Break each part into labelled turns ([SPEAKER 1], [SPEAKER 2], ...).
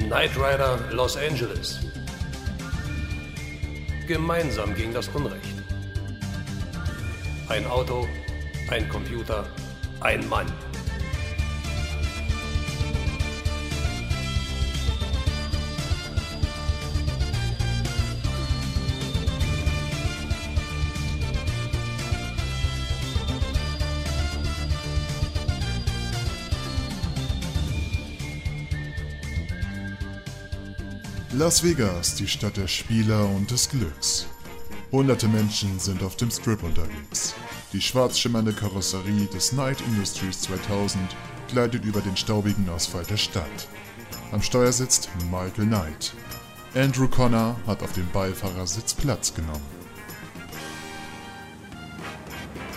[SPEAKER 1] Knight Rider Los Angeles. Gemeinsam gegen das Unrecht. Ein Auto, ein Computer, ein Mann.
[SPEAKER 2] Las Vegas, die Stadt der Spieler und des Glücks. Hunderte Menschen sind auf dem Strip unterwegs. Die schwarz schimmernde Karosserie des Night Industries 2000 gleitet über den staubigen Asphalt der Stadt. Am Steuer sitzt Michael Knight. Andrew Connor hat auf dem Beifahrersitz Platz genommen.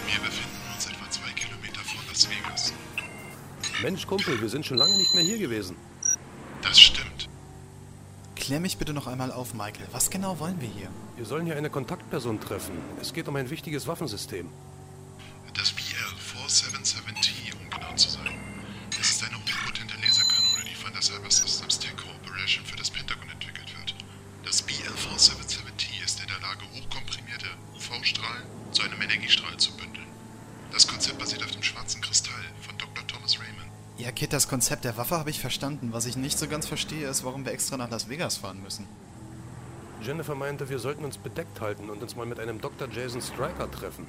[SPEAKER 3] Wir befinden uns etwa zwei Kilometer von Las Vegas.
[SPEAKER 1] Mensch, Kumpel, wir sind schon lange nicht mehr hier gewesen.
[SPEAKER 3] Das stimmt.
[SPEAKER 4] Klär mich bitte noch einmal auf, Michael. Was genau wollen wir hier?
[SPEAKER 1] Wir sollen hier eine Kontaktperson treffen. Es geht um ein wichtiges Waffensystem.
[SPEAKER 3] Das BL-477T, um genau zu sein. Es ist eine hochpotente Laserkanone, die von der Cyber Systems Tech Corporation für das Pentagon entwickelt wird. Das BL-477T ist in der Lage, hochkomprimierte UV-Strahlen zu einem Energiestrahl zu bündeln. Das Konzept basiert auf dem schwarzen Kristall von Dr. Thomas Raymond.
[SPEAKER 4] Ja, Kit, das Konzept der Waffe habe ich verstanden. Was ich nicht so ganz verstehe, ist, warum wir extra nach Las Vegas fahren müssen.
[SPEAKER 1] Jennifer meinte, wir sollten uns bedeckt halten und uns mal mit einem Dr. Jason Stryker treffen.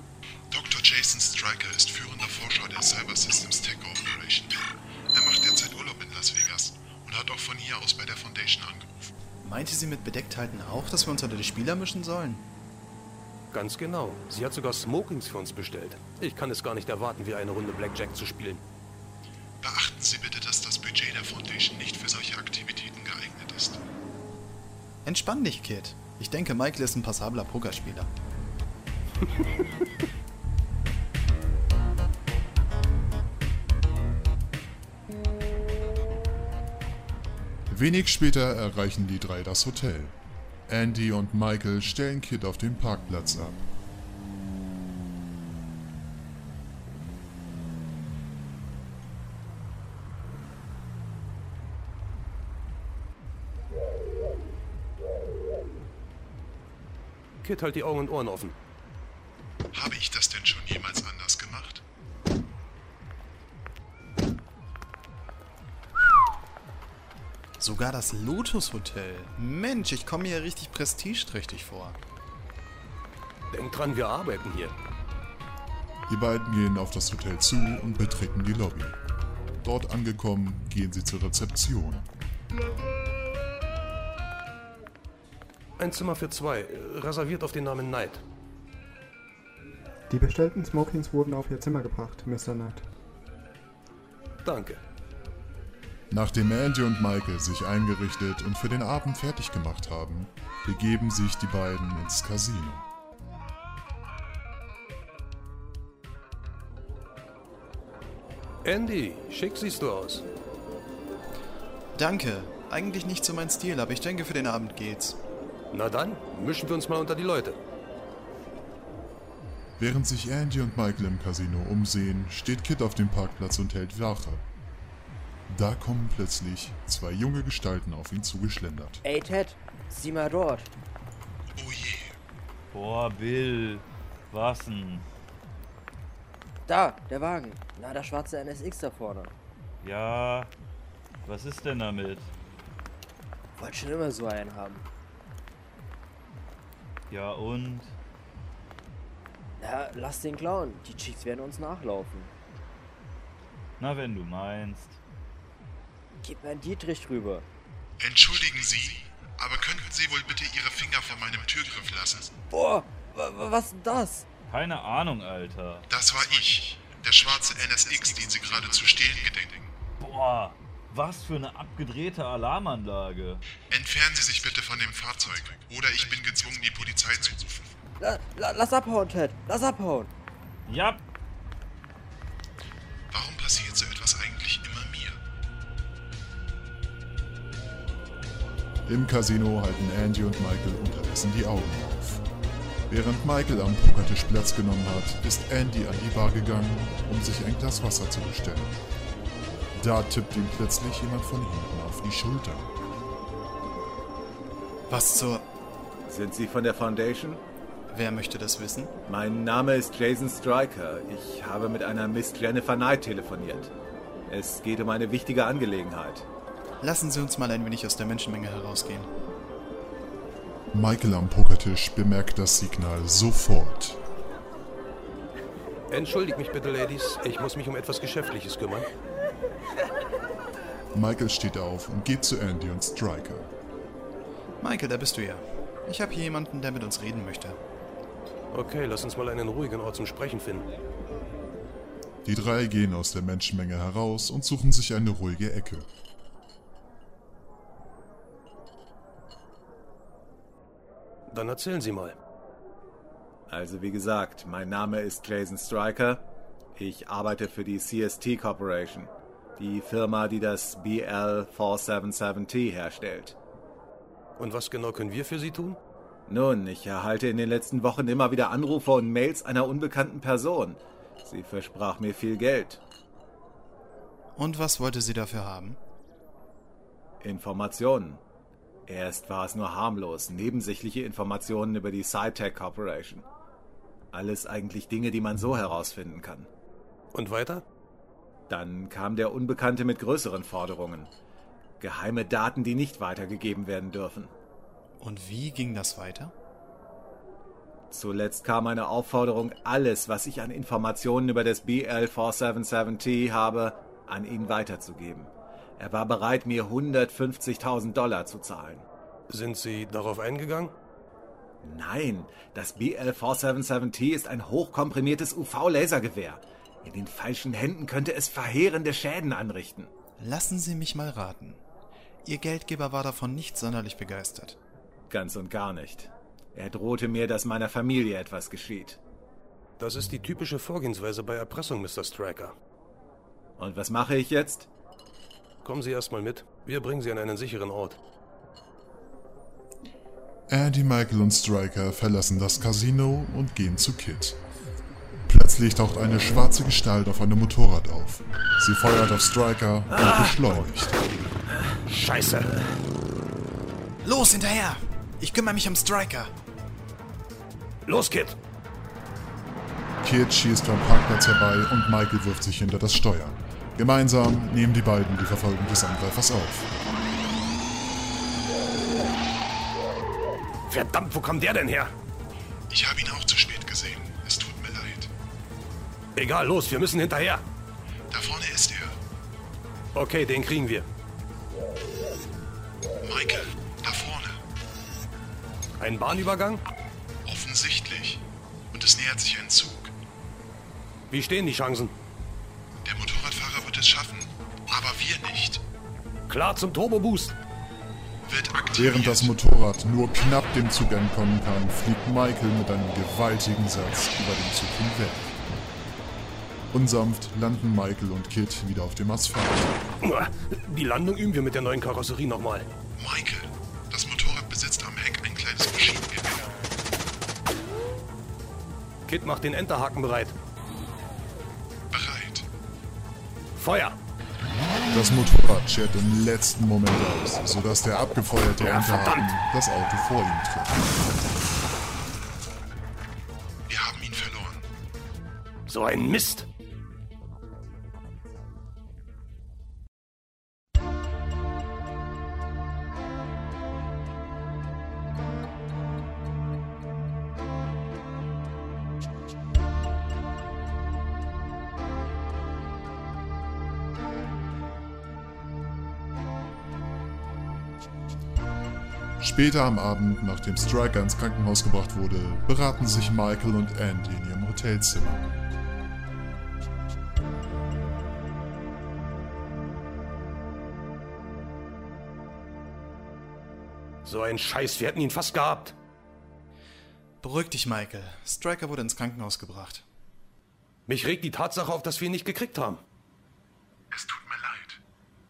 [SPEAKER 3] Dr. Jason Stryker ist führender Forscher der Cyber Systems Tech Corporation. Er macht derzeit Urlaub in Las Vegas und hat auch von hier aus bei der Foundation angerufen.
[SPEAKER 4] Meinte sie mit Bedecktheiten auch, dass wir uns unter die Spieler mischen sollen?
[SPEAKER 1] Ganz genau. Sie hat sogar Smokings für uns bestellt. Ich kann es gar nicht erwarten, wieder eine Runde Blackjack zu spielen.
[SPEAKER 3] Beachten Sie bitte, dass das Budget der Foundation nicht für solche Aktivitäten geeignet ist.
[SPEAKER 4] Entspann dich, Kit. Ich denke, Michael ist ein passabler Pokerspieler.
[SPEAKER 2] Wenig später erreichen die drei das Hotel. Andy und Michael stellen Kid auf dem Parkplatz ab.
[SPEAKER 1] Kid, halt die Augen und Ohren offen.
[SPEAKER 3] Habe ich das denn schon jemals anders gemacht?
[SPEAKER 4] Sogar das Lotus Hotel. Mensch, ich komme mir hier richtig prestigeträchtig vor.
[SPEAKER 1] Denk dran, wir arbeiten hier.
[SPEAKER 2] Die beiden gehen auf das Hotel zu und betreten die Lobby. Dort angekommen, gehen sie zur Rezeption.
[SPEAKER 1] Ein Zimmer für zwei, äh, reserviert auf den Namen Knight.
[SPEAKER 5] Die bestellten Smokings wurden auf ihr Zimmer gebracht, Mr. Knight.
[SPEAKER 1] Danke.
[SPEAKER 2] Nachdem Andy und Michael sich eingerichtet und für den Abend fertig gemacht haben, begeben sich die beiden ins Casino.
[SPEAKER 1] Andy, schick siehst du aus.
[SPEAKER 4] Danke. Eigentlich nicht so mein Stil, aber ich denke, für den Abend geht's.
[SPEAKER 1] Na dann, mischen wir uns mal unter die Leute.
[SPEAKER 2] Während sich Andy und Michael im Casino umsehen, steht Kid auf dem Parkplatz und hält Wache. Da kommen plötzlich zwei junge Gestalten auf ihn zugeschlendert.
[SPEAKER 6] Ey Ted, sieh mal dort.
[SPEAKER 3] Oh je,
[SPEAKER 7] Boah, Bill, was denn?
[SPEAKER 6] Da, der Wagen. Na, der schwarze NSX da vorne.
[SPEAKER 7] Ja, was ist denn damit?
[SPEAKER 6] Wollte schon immer so einen haben.
[SPEAKER 7] Ja und?
[SPEAKER 6] Na, lass den klauen. Die Chicks werden uns nachlaufen.
[SPEAKER 7] Na, wenn du meinst.
[SPEAKER 6] Gib mir einen Dietrich rüber.
[SPEAKER 3] Entschuldigen Sie, aber könnten Sie wohl bitte Ihre Finger von meinem Türgriff lassen?
[SPEAKER 6] Boah, wa- wa- was denn das?
[SPEAKER 7] Keine Ahnung, Alter.
[SPEAKER 3] Das war ich, der schwarze NSX, den Sie gerade zu stehlen gedenken.
[SPEAKER 7] Boah, was für eine abgedrehte Alarmanlage.
[SPEAKER 3] Entfernen Sie sich bitte von dem Fahrzeug, oder ich bin gezwungen, die Polizei zu rufen.
[SPEAKER 6] La, la, lass abhauen, Ted. Lass abhauen.
[SPEAKER 7] Ja,
[SPEAKER 3] Warum passiert so etwas eigentlich immer mir?
[SPEAKER 2] Im Casino halten Andy und Michael unterdessen die Augen auf. Während Michael am Pokertisch Platz genommen hat, ist Andy an die Bar gegangen, um sich ein Glas Wasser zu bestellen. Da tippt ihm plötzlich jemand von hinten auf die Schulter.
[SPEAKER 4] Was zur...
[SPEAKER 8] Sind Sie von der Foundation?
[SPEAKER 4] Wer möchte das wissen?
[SPEAKER 8] Mein Name ist Jason Stryker. Ich habe mit einer Miss Jennifer Knight telefoniert. Es geht um eine wichtige Angelegenheit.
[SPEAKER 4] Lassen Sie uns mal ein wenig aus der Menschenmenge herausgehen.
[SPEAKER 2] Michael am Pokertisch bemerkt das Signal sofort.
[SPEAKER 1] Entschuldigt mich bitte, Ladies. Ich muss mich um etwas Geschäftliches kümmern.
[SPEAKER 2] Michael steht auf und geht zu Andy und Striker.
[SPEAKER 4] Michael, da bist du ja. Ich habe hier jemanden, der mit uns reden möchte.
[SPEAKER 1] Okay, lass uns mal einen ruhigen Ort zum Sprechen finden.
[SPEAKER 2] Die drei gehen aus der Menschenmenge heraus und suchen sich eine ruhige Ecke.
[SPEAKER 1] Dann erzählen Sie mal.
[SPEAKER 8] Also wie gesagt, mein Name ist Jason Stryker. Ich arbeite für die CST Corporation, die Firma, die das BL477T herstellt.
[SPEAKER 1] Und was genau können wir für Sie tun?
[SPEAKER 8] Nun, ich erhalte in den letzten Wochen immer wieder Anrufe und Mails einer unbekannten Person. Sie versprach mir viel Geld.
[SPEAKER 4] Und was wollte sie dafür haben?
[SPEAKER 8] Informationen. Erst war es nur harmlos, nebensächliche Informationen über die SciTech Corporation. Alles eigentlich Dinge, die man so herausfinden kann.
[SPEAKER 1] Und weiter?
[SPEAKER 8] Dann kam der Unbekannte mit größeren Forderungen. Geheime Daten, die nicht weitergegeben werden dürfen.
[SPEAKER 4] Und wie ging das weiter?
[SPEAKER 8] Zuletzt kam eine Aufforderung, alles, was ich an Informationen über das BL477T habe, an ihn weiterzugeben. Er war bereit, mir 150.000 Dollar zu zahlen.
[SPEAKER 1] Sind Sie darauf eingegangen?
[SPEAKER 8] Nein, das BL477T ist ein hochkomprimiertes UV-Lasergewehr. In den falschen Händen könnte es verheerende Schäden anrichten.
[SPEAKER 4] Lassen Sie mich mal raten. Ihr Geldgeber war davon nicht sonderlich begeistert.
[SPEAKER 8] Ganz und gar nicht. Er drohte mir, dass meiner Familie etwas geschieht.
[SPEAKER 1] Das ist die typische Vorgehensweise bei Erpressung, Mr. Striker.
[SPEAKER 8] Und was mache ich jetzt?
[SPEAKER 1] Kommen Sie erstmal mit. Wir bringen Sie an einen sicheren Ort.
[SPEAKER 2] Andy, Äh, Michael und Striker verlassen das Casino und gehen zu Kit. Plötzlich taucht eine schwarze Gestalt auf einem Motorrad auf. Sie feuert auf Striker und beschleunigt.
[SPEAKER 1] Ah. Scheiße!
[SPEAKER 4] Los, hinterher! Ich kümmere mich um Striker.
[SPEAKER 1] Los, Kid!
[SPEAKER 2] Kit schießt vom Parkplatz herbei und Michael wirft sich hinter das Steuer. Gemeinsam nehmen die beiden die Verfolgung des Angreifers auf.
[SPEAKER 1] Verdammt, wo kam der denn her?
[SPEAKER 3] Ich habe ihn auch zu spät gesehen. Es tut mir leid.
[SPEAKER 1] Egal, los, wir müssen hinterher.
[SPEAKER 3] Da vorne ist er.
[SPEAKER 1] Okay, den kriegen wir.
[SPEAKER 3] Michael, da vorne.
[SPEAKER 1] Ein Bahnübergang?
[SPEAKER 3] Offensichtlich. Und es nähert sich ein Zug.
[SPEAKER 1] Wie stehen die Chancen?
[SPEAKER 3] Der Motorradfahrer wird es schaffen, aber wir nicht.
[SPEAKER 1] Klar zum Turbo-Boost.
[SPEAKER 3] Wird aktiviert.
[SPEAKER 2] Während das Motorrad nur knapp dem Zug entkommen kann, fliegt Michael mit einem gewaltigen Satz über den Zug hinweg. Unsanft landen Michael und Kit wieder auf dem Asphalt.
[SPEAKER 1] Die Landung üben wir mit der neuen Karosserie nochmal.
[SPEAKER 3] Michael, das Motorrad besitzt am Heck ein kleines Maschinengewehr.
[SPEAKER 1] Kid macht den Enterhaken bereit.
[SPEAKER 3] Bereit.
[SPEAKER 1] Feuer!
[SPEAKER 2] Das Motorrad schert im letzten Moment aus, sodass der abgefeuerte Unterhaken das Auto vor ihm trifft.
[SPEAKER 3] Wir haben ihn verloren.
[SPEAKER 1] So ein Mist!
[SPEAKER 2] Später am Abend, nachdem Striker ins Krankenhaus gebracht wurde, beraten sich Michael und Andy in ihrem Hotelzimmer.
[SPEAKER 1] So ein Scheiß, wir hätten ihn fast gehabt.
[SPEAKER 4] Beruhig dich, Michael. Striker wurde ins Krankenhaus gebracht.
[SPEAKER 1] Mich regt die Tatsache auf, dass wir ihn nicht gekriegt haben.
[SPEAKER 2] Es tut mir leid.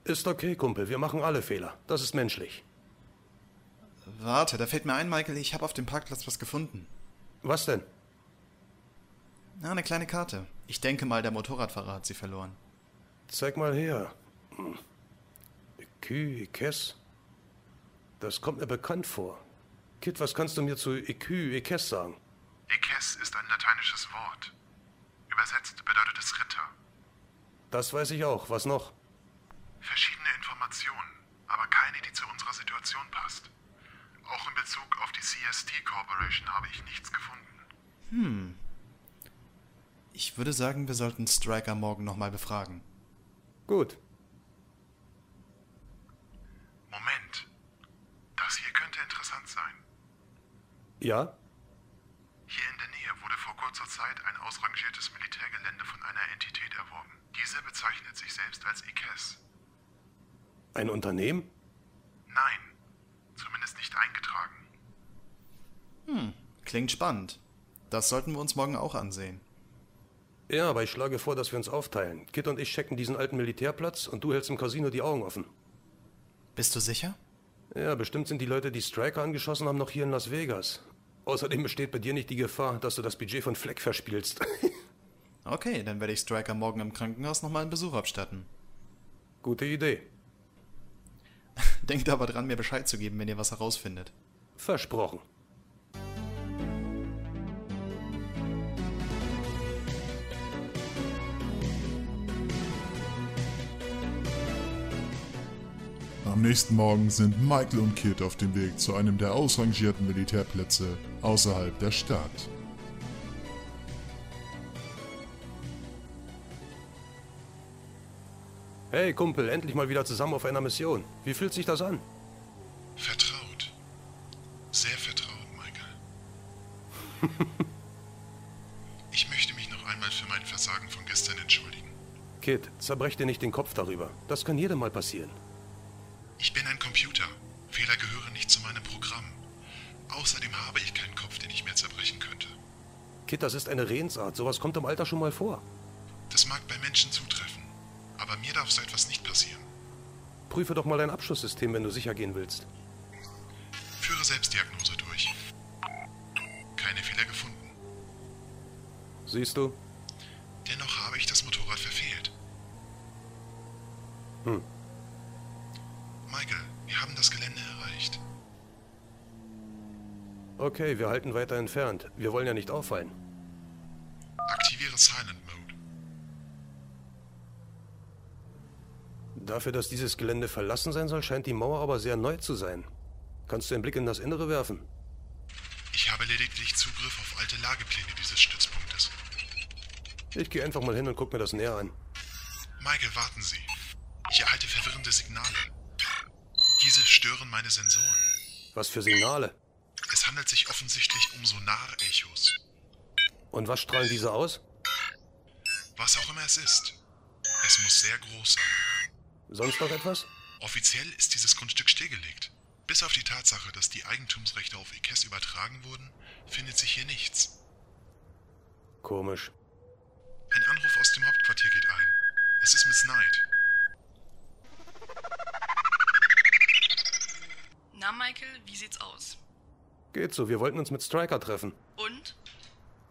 [SPEAKER 1] Ist okay, Kumpel, wir machen alle Fehler. Das ist menschlich.
[SPEAKER 4] Warte, da fällt mir ein, Michael, ich habe auf dem Parkplatz was gefunden.
[SPEAKER 1] Was denn?
[SPEAKER 4] Na, eine kleine Karte. Ich denke mal, der Motorradfahrer hat sie verloren.
[SPEAKER 1] Zeig mal her. Hm. EQ, EKES. Das kommt mir bekannt vor. Kit, was kannst du mir zu EQ, EKES sagen?
[SPEAKER 2] Ekes ist ein lateinisches Wort. Übersetzt bedeutet es Ritter.
[SPEAKER 1] Das weiß ich auch. Was noch?
[SPEAKER 2] Verschiedene Informationen, aber keine, die zu unserer Situation passt. Auch in Bezug auf die CST Corporation habe ich nichts gefunden.
[SPEAKER 4] Hm. Ich würde sagen, wir sollten Striker morgen nochmal befragen.
[SPEAKER 1] Gut.
[SPEAKER 2] Moment. Das hier könnte interessant sein.
[SPEAKER 1] Ja?
[SPEAKER 2] Hier in der Nähe wurde vor kurzer Zeit ein ausrangiertes Militärgelände von einer Entität erworben. Diese bezeichnet sich selbst als Ekes.
[SPEAKER 1] Ein Unternehmen?
[SPEAKER 2] Nein, zumindest nicht eingetragen.
[SPEAKER 4] Hm, Klingt spannend. Das sollten wir uns morgen auch ansehen.
[SPEAKER 1] Ja, aber ich schlage vor, dass wir uns aufteilen. Kit und ich checken diesen alten Militärplatz und du hältst im Casino die Augen offen.
[SPEAKER 4] Bist du sicher?
[SPEAKER 1] Ja, bestimmt sind die Leute, die Striker angeschossen haben, noch hier in Las Vegas. Außerdem besteht bei dir nicht die Gefahr, dass du das Budget von Fleck verspielst.
[SPEAKER 4] Okay, dann werde ich Striker morgen im Krankenhaus nochmal einen Besuch abstatten.
[SPEAKER 1] Gute Idee.
[SPEAKER 4] Denkt aber dran, mir Bescheid zu geben, wenn ihr was herausfindet.
[SPEAKER 1] Versprochen.
[SPEAKER 9] Am nächsten Morgen sind Michael und Kit auf dem Weg zu einem der ausrangierten Militärplätze außerhalb der Stadt.
[SPEAKER 1] Hey Kumpel, endlich mal wieder zusammen auf einer Mission. Wie fühlt sich das an?
[SPEAKER 2] Vertraut. Sehr vertraut, Michael. ich möchte mich noch einmal für mein Versagen von gestern entschuldigen.
[SPEAKER 1] Kit, zerbrech dir nicht den Kopf darüber. Das kann jedem mal passieren.
[SPEAKER 2] Ich bin ein Computer. Fehler gehören nicht zu meinem Programm. Außerdem habe ich keinen Kopf, den ich mehr zerbrechen könnte.
[SPEAKER 1] Kit, das ist eine Redensart. Sowas kommt im Alter schon mal vor.
[SPEAKER 2] Das mag bei Menschen zutreffen, aber mir darf so etwas nicht passieren.
[SPEAKER 1] Prüfe doch mal dein Abschlusssystem, wenn du sicher gehen willst.
[SPEAKER 2] Führe Selbstdiagnose durch. Keine Fehler gefunden.
[SPEAKER 1] Siehst du?
[SPEAKER 2] Dennoch habe ich das Motorrad verfehlt.
[SPEAKER 1] Hm.
[SPEAKER 2] Michael, wir haben das Gelände erreicht.
[SPEAKER 1] Okay, wir halten weiter entfernt. Wir wollen ja nicht auffallen.
[SPEAKER 2] Aktiviere Silent Mode.
[SPEAKER 1] Dafür, dass dieses Gelände verlassen sein soll, scheint die Mauer aber sehr neu zu sein. Kannst du einen Blick in das Innere werfen?
[SPEAKER 2] Ich habe lediglich Zugriff auf alte Lagepläne dieses Stützpunktes.
[SPEAKER 1] Ich gehe einfach mal hin und guck mir das näher an.
[SPEAKER 2] Michael, warten Sie. Ich erhalte verwirrende Signale. Diese stören meine Sensoren.
[SPEAKER 1] Was für Signale?
[SPEAKER 2] Es handelt sich offensichtlich um Sonarechos.
[SPEAKER 1] Und was strahlen diese aus?
[SPEAKER 2] Was auch immer es ist. Es muss sehr groß sein.
[SPEAKER 1] Sonst noch etwas?
[SPEAKER 2] Offiziell ist dieses Grundstück stillgelegt. Bis auf die Tatsache, dass die Eigentumsrechte auf Ekes übertragen wurden, findet sich hier nichts.
[SPEAKER 1] Komisch.
[SPEAKER 2] Ein Anruf aus dem Hauptquartier geht ein. Es ist Miss Knight.
[SPEAKER 6] Na, Michael, wie sieht's aus?
[SPEAKER 1] Geht so, wir wollten uns mit Striker treffen.
[SPEAKER 6] Und?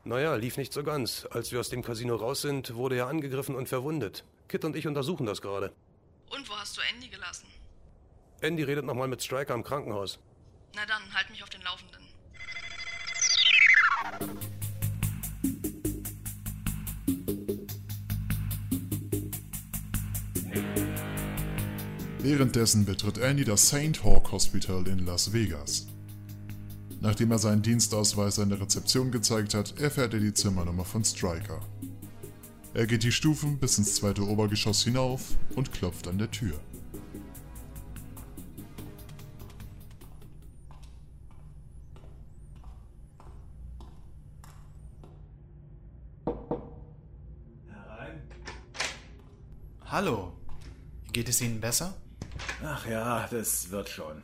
[SPEAKER 1] Naja, lief nicht so ganz. Als wir aus dem Casino raus sind, wurde er angegriffen und verwundet. Kit und ich untersuchen das gerade.
[SPEAKER 6] Und wo hast du Andy gelassen?
[SPEAKER 1] Andy redet nochmal mit Striker im Krankenhaus.
[SPEAKER 6] Na dann, halt mich auf den Laufenden.
[SPEAKER 9] Währenddessen betritt Andy das St. Hawk Hospital in Las Vegas. Nachdem er seinen Dienstausweis an der Rezeption gezeigt hat, erfährt er die Zimmernummer von Striker. Er geht die Stufen bis ins zweite Obergeschoss hinauf und klopft an der Tür.
[SPEAKER 7] Herein?
[SPEAKER 4] Hallo. Geht es Ihnen besser?
[SPEAKER 7] Ach ja, das wird schon.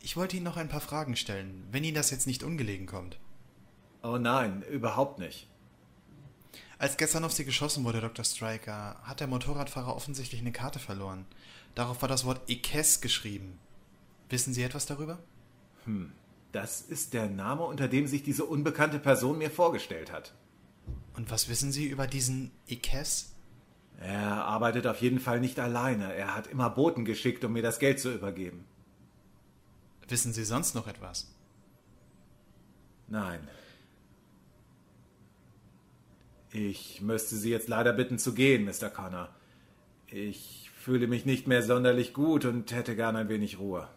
[SPEAKER 4] Ich wollte Ihnen noch ein paar Fragen stellen, wenn Ihnen das jetzt nicht ungelegen kommt.
[SPEAKER 7] Oh nein, überhaupt nicht.
[SPEAKER 4] Äh, Als gestern auf sie geschossen wurde, Dr. Stryker, hat der Motorradfahrer offensichtlich eine Karte verloren. Darauf war das Wort Ekes geschrieben. Wissen Sie etwas darüber?
[SPEAKER 8] Das ist der Name, Hm. unter dem sich diese unbekannte Person mir vorgestellt hat.
[SPEAKER 4] Und was wissen Sie über diesen Ekes?
[SPEAKER 8] Er arbeitet auf jeden Fall nicht alleine. Er hat immer Boten geschickt, um mir das Geld zu übergeben.
[SPEAKER 4] Wissen Sie sonst noch etwas?
[SPEAKER 8] Nein. Ich müsste Sie jetzt leider bitten zu gehen, Mr. Connor. Ich fühle mich nicht mehr sonderlich gut und hätte gern ein wenig Ruhe.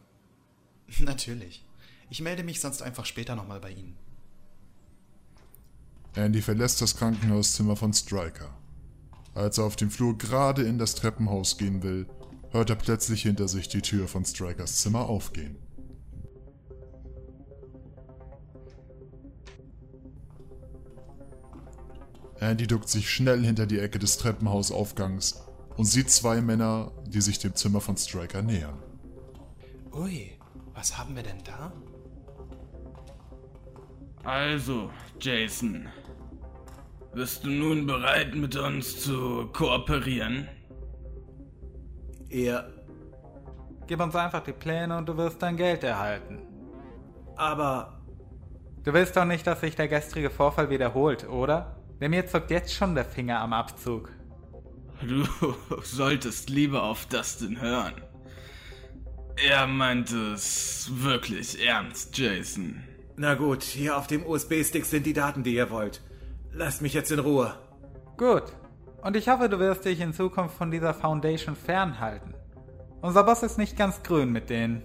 [SPEAKER 4] Natürlich. Ich melde mich sonst einfach später nochmal bei Ihnen.
[SPEAKER 2] Andy verlässt das Krankenhauszimmer von Stryker. Als er auf dem Flur gerade in das Treppenhaus gehen will, hört er plötzlich hinter sich die Tür von Strikers Zimmer aufgehen. Andy duckt sich schnell hinter die Ecke des Treppenhausaufgangs und sieht zwei Männer, die sich dem Zimmer von Striker nähern.
[SPEAKER 4] Ui, was haben wir denn da?
[SPEAKER 10] Also, Jason, bist du nun bereit, mit uns zu kooperieren?
[SPEAKER 8] Er.
[SPEAKER 11] Gib uns einfach die Pläne und du wirst dein Geld erhalten.
[SPEAKER 8] Aber.
[SPEAKER 11] Du willst doch nicht, dass sich der gestrige Vorfall wiederholt, oder? Denn mir zuckt jetzt schon der Finger am Abzug.
[SPEAKER 10] Du solltest lieber auf Dustin hören. Er meint es wirklich ernst, Jason.
[SPEAKER 8] Na gut, hier auf dem USB-Stick sind die Daten, die ihr wollt. Lasst mich jetzt in Ruhe.
[SPEAKER 11] Gut. Und ich hoffe, du wirst dich in Zukunft von dieser Foundation fernhalten. Unser Boss ist nicht ganz grün mit denen.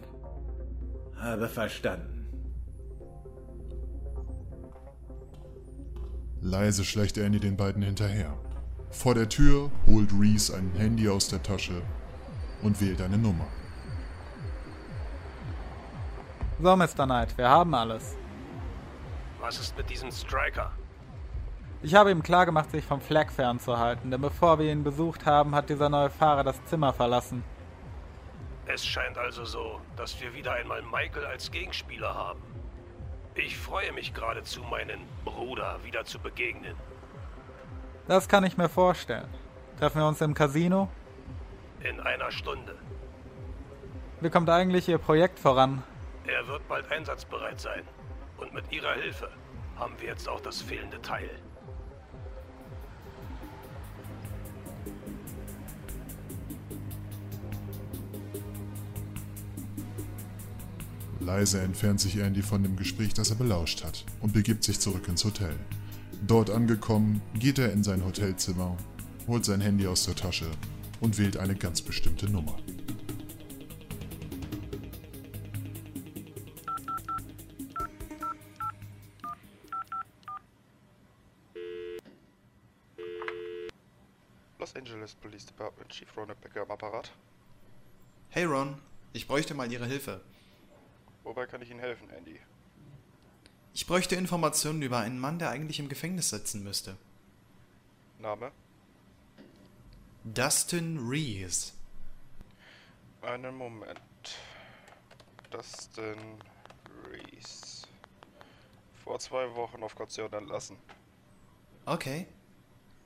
[SPEAKER 8] Habe verstanden.
[SPEAKER 2] Leise schleicht Andy den beiden hinterher. Vor der Tür holt Reese ein Handy aus der Tasche und wählt eine Nummer.
[SPEAKER 11] So, Mr. Knight, wir haben alles.
[SPEAKER 1] Was ist mit diesem Striker?
[SPEAKER 11] Ich habe ihm klargemacht, sich vom Flag fernzuhalten, denn bevor wir ihn besucht haben, hat dieser neue Fahrer das Zimmer verlassen.
[SPEAKER 1] Es scheint also so, dass wir wieder einmal Michael als Gegenspieler haben. Ich freue mich geradezu, meinen Bruder wieder zu begegnen.
[SPEAKER 11] Das kann ich mir vorstellen. Treffen wir uns im Casino?
[SPEAKER 1] In einer Stunde.
[SPEAKER 11] Wie kommt eigentlich Ihr Projekt voran?
[SPEAKER 1] Er wird bald einsatzbereit sein. Und mit Ihrer Hilfe haben wir jetzt auch das fehlende Teil.
[SPEAKER 2] Leise entfernt sich Andy von dem Gespräch, das er belauscht hat, und begibt sich zurück ins Hotel. Dort angekommen, geht er in sein Hotelzimmer, holt sein Handy aus der Tasche und wählt eine ganz bestimmte Nummer.
[SPEAKER 12] Los Angeles Police Department, Chief Ronald Becker am Apparat.
[SPEAKER 4] Hey Ron, ich bräuchte mal Ihre Hilfe.
[SPEAKER 12] Wobei kann ich Ihnen helfen, Andy?
[SPEAKER 4] Ich bräuchte Informationen über einen Mann, der eigentlich im Gefängnis sitzen müsste.
[SPEAKER 12] Name?
[SPEAKER 4] Dustin Reeves.
[SPEAKER 12] Einen Moment. Dustin Reese. Vor zwei Wochen auf Kaution entlassen.
[SPEAKER 4] Okay.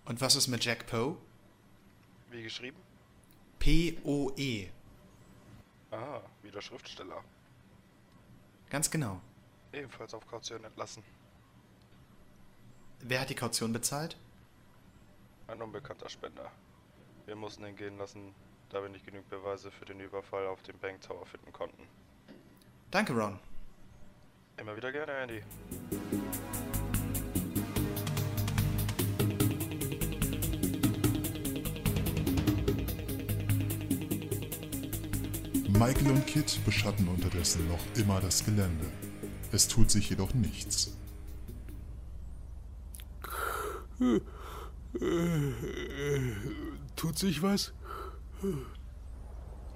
[SPEAKER 4] Und was ist mit Jack Poe?
[SPEAKER 12] Wie geschrieben?
[SPEAKER 4] P-O-E.
[SPEAKER 12] Ah, wieder Schriftsteller.
[SPEAKER 4] Ganz genau.
[SPEAKER 12] Ebenfalls auf Kaution entlassen.
[SPEAKER 4] Wer hat die Kaution bezahlt?
[SPEAKER 12] Ein unbekannter Spender. Wir mussten ihn gehen lassen, da wir nicht genügend Beweise für den Überfall auf dem Bank Tower finden konnten.
[SPEAKER 4] Danke, Ron.
[SPEAKER 12] Immer wieder gerne, Andy.
[SPEAKER 2] Michael und Kit beschatten unterdessen noch immer das Gelände. Es tut sich jedoch nichts.
[SPEAKER 1] Tut sich was?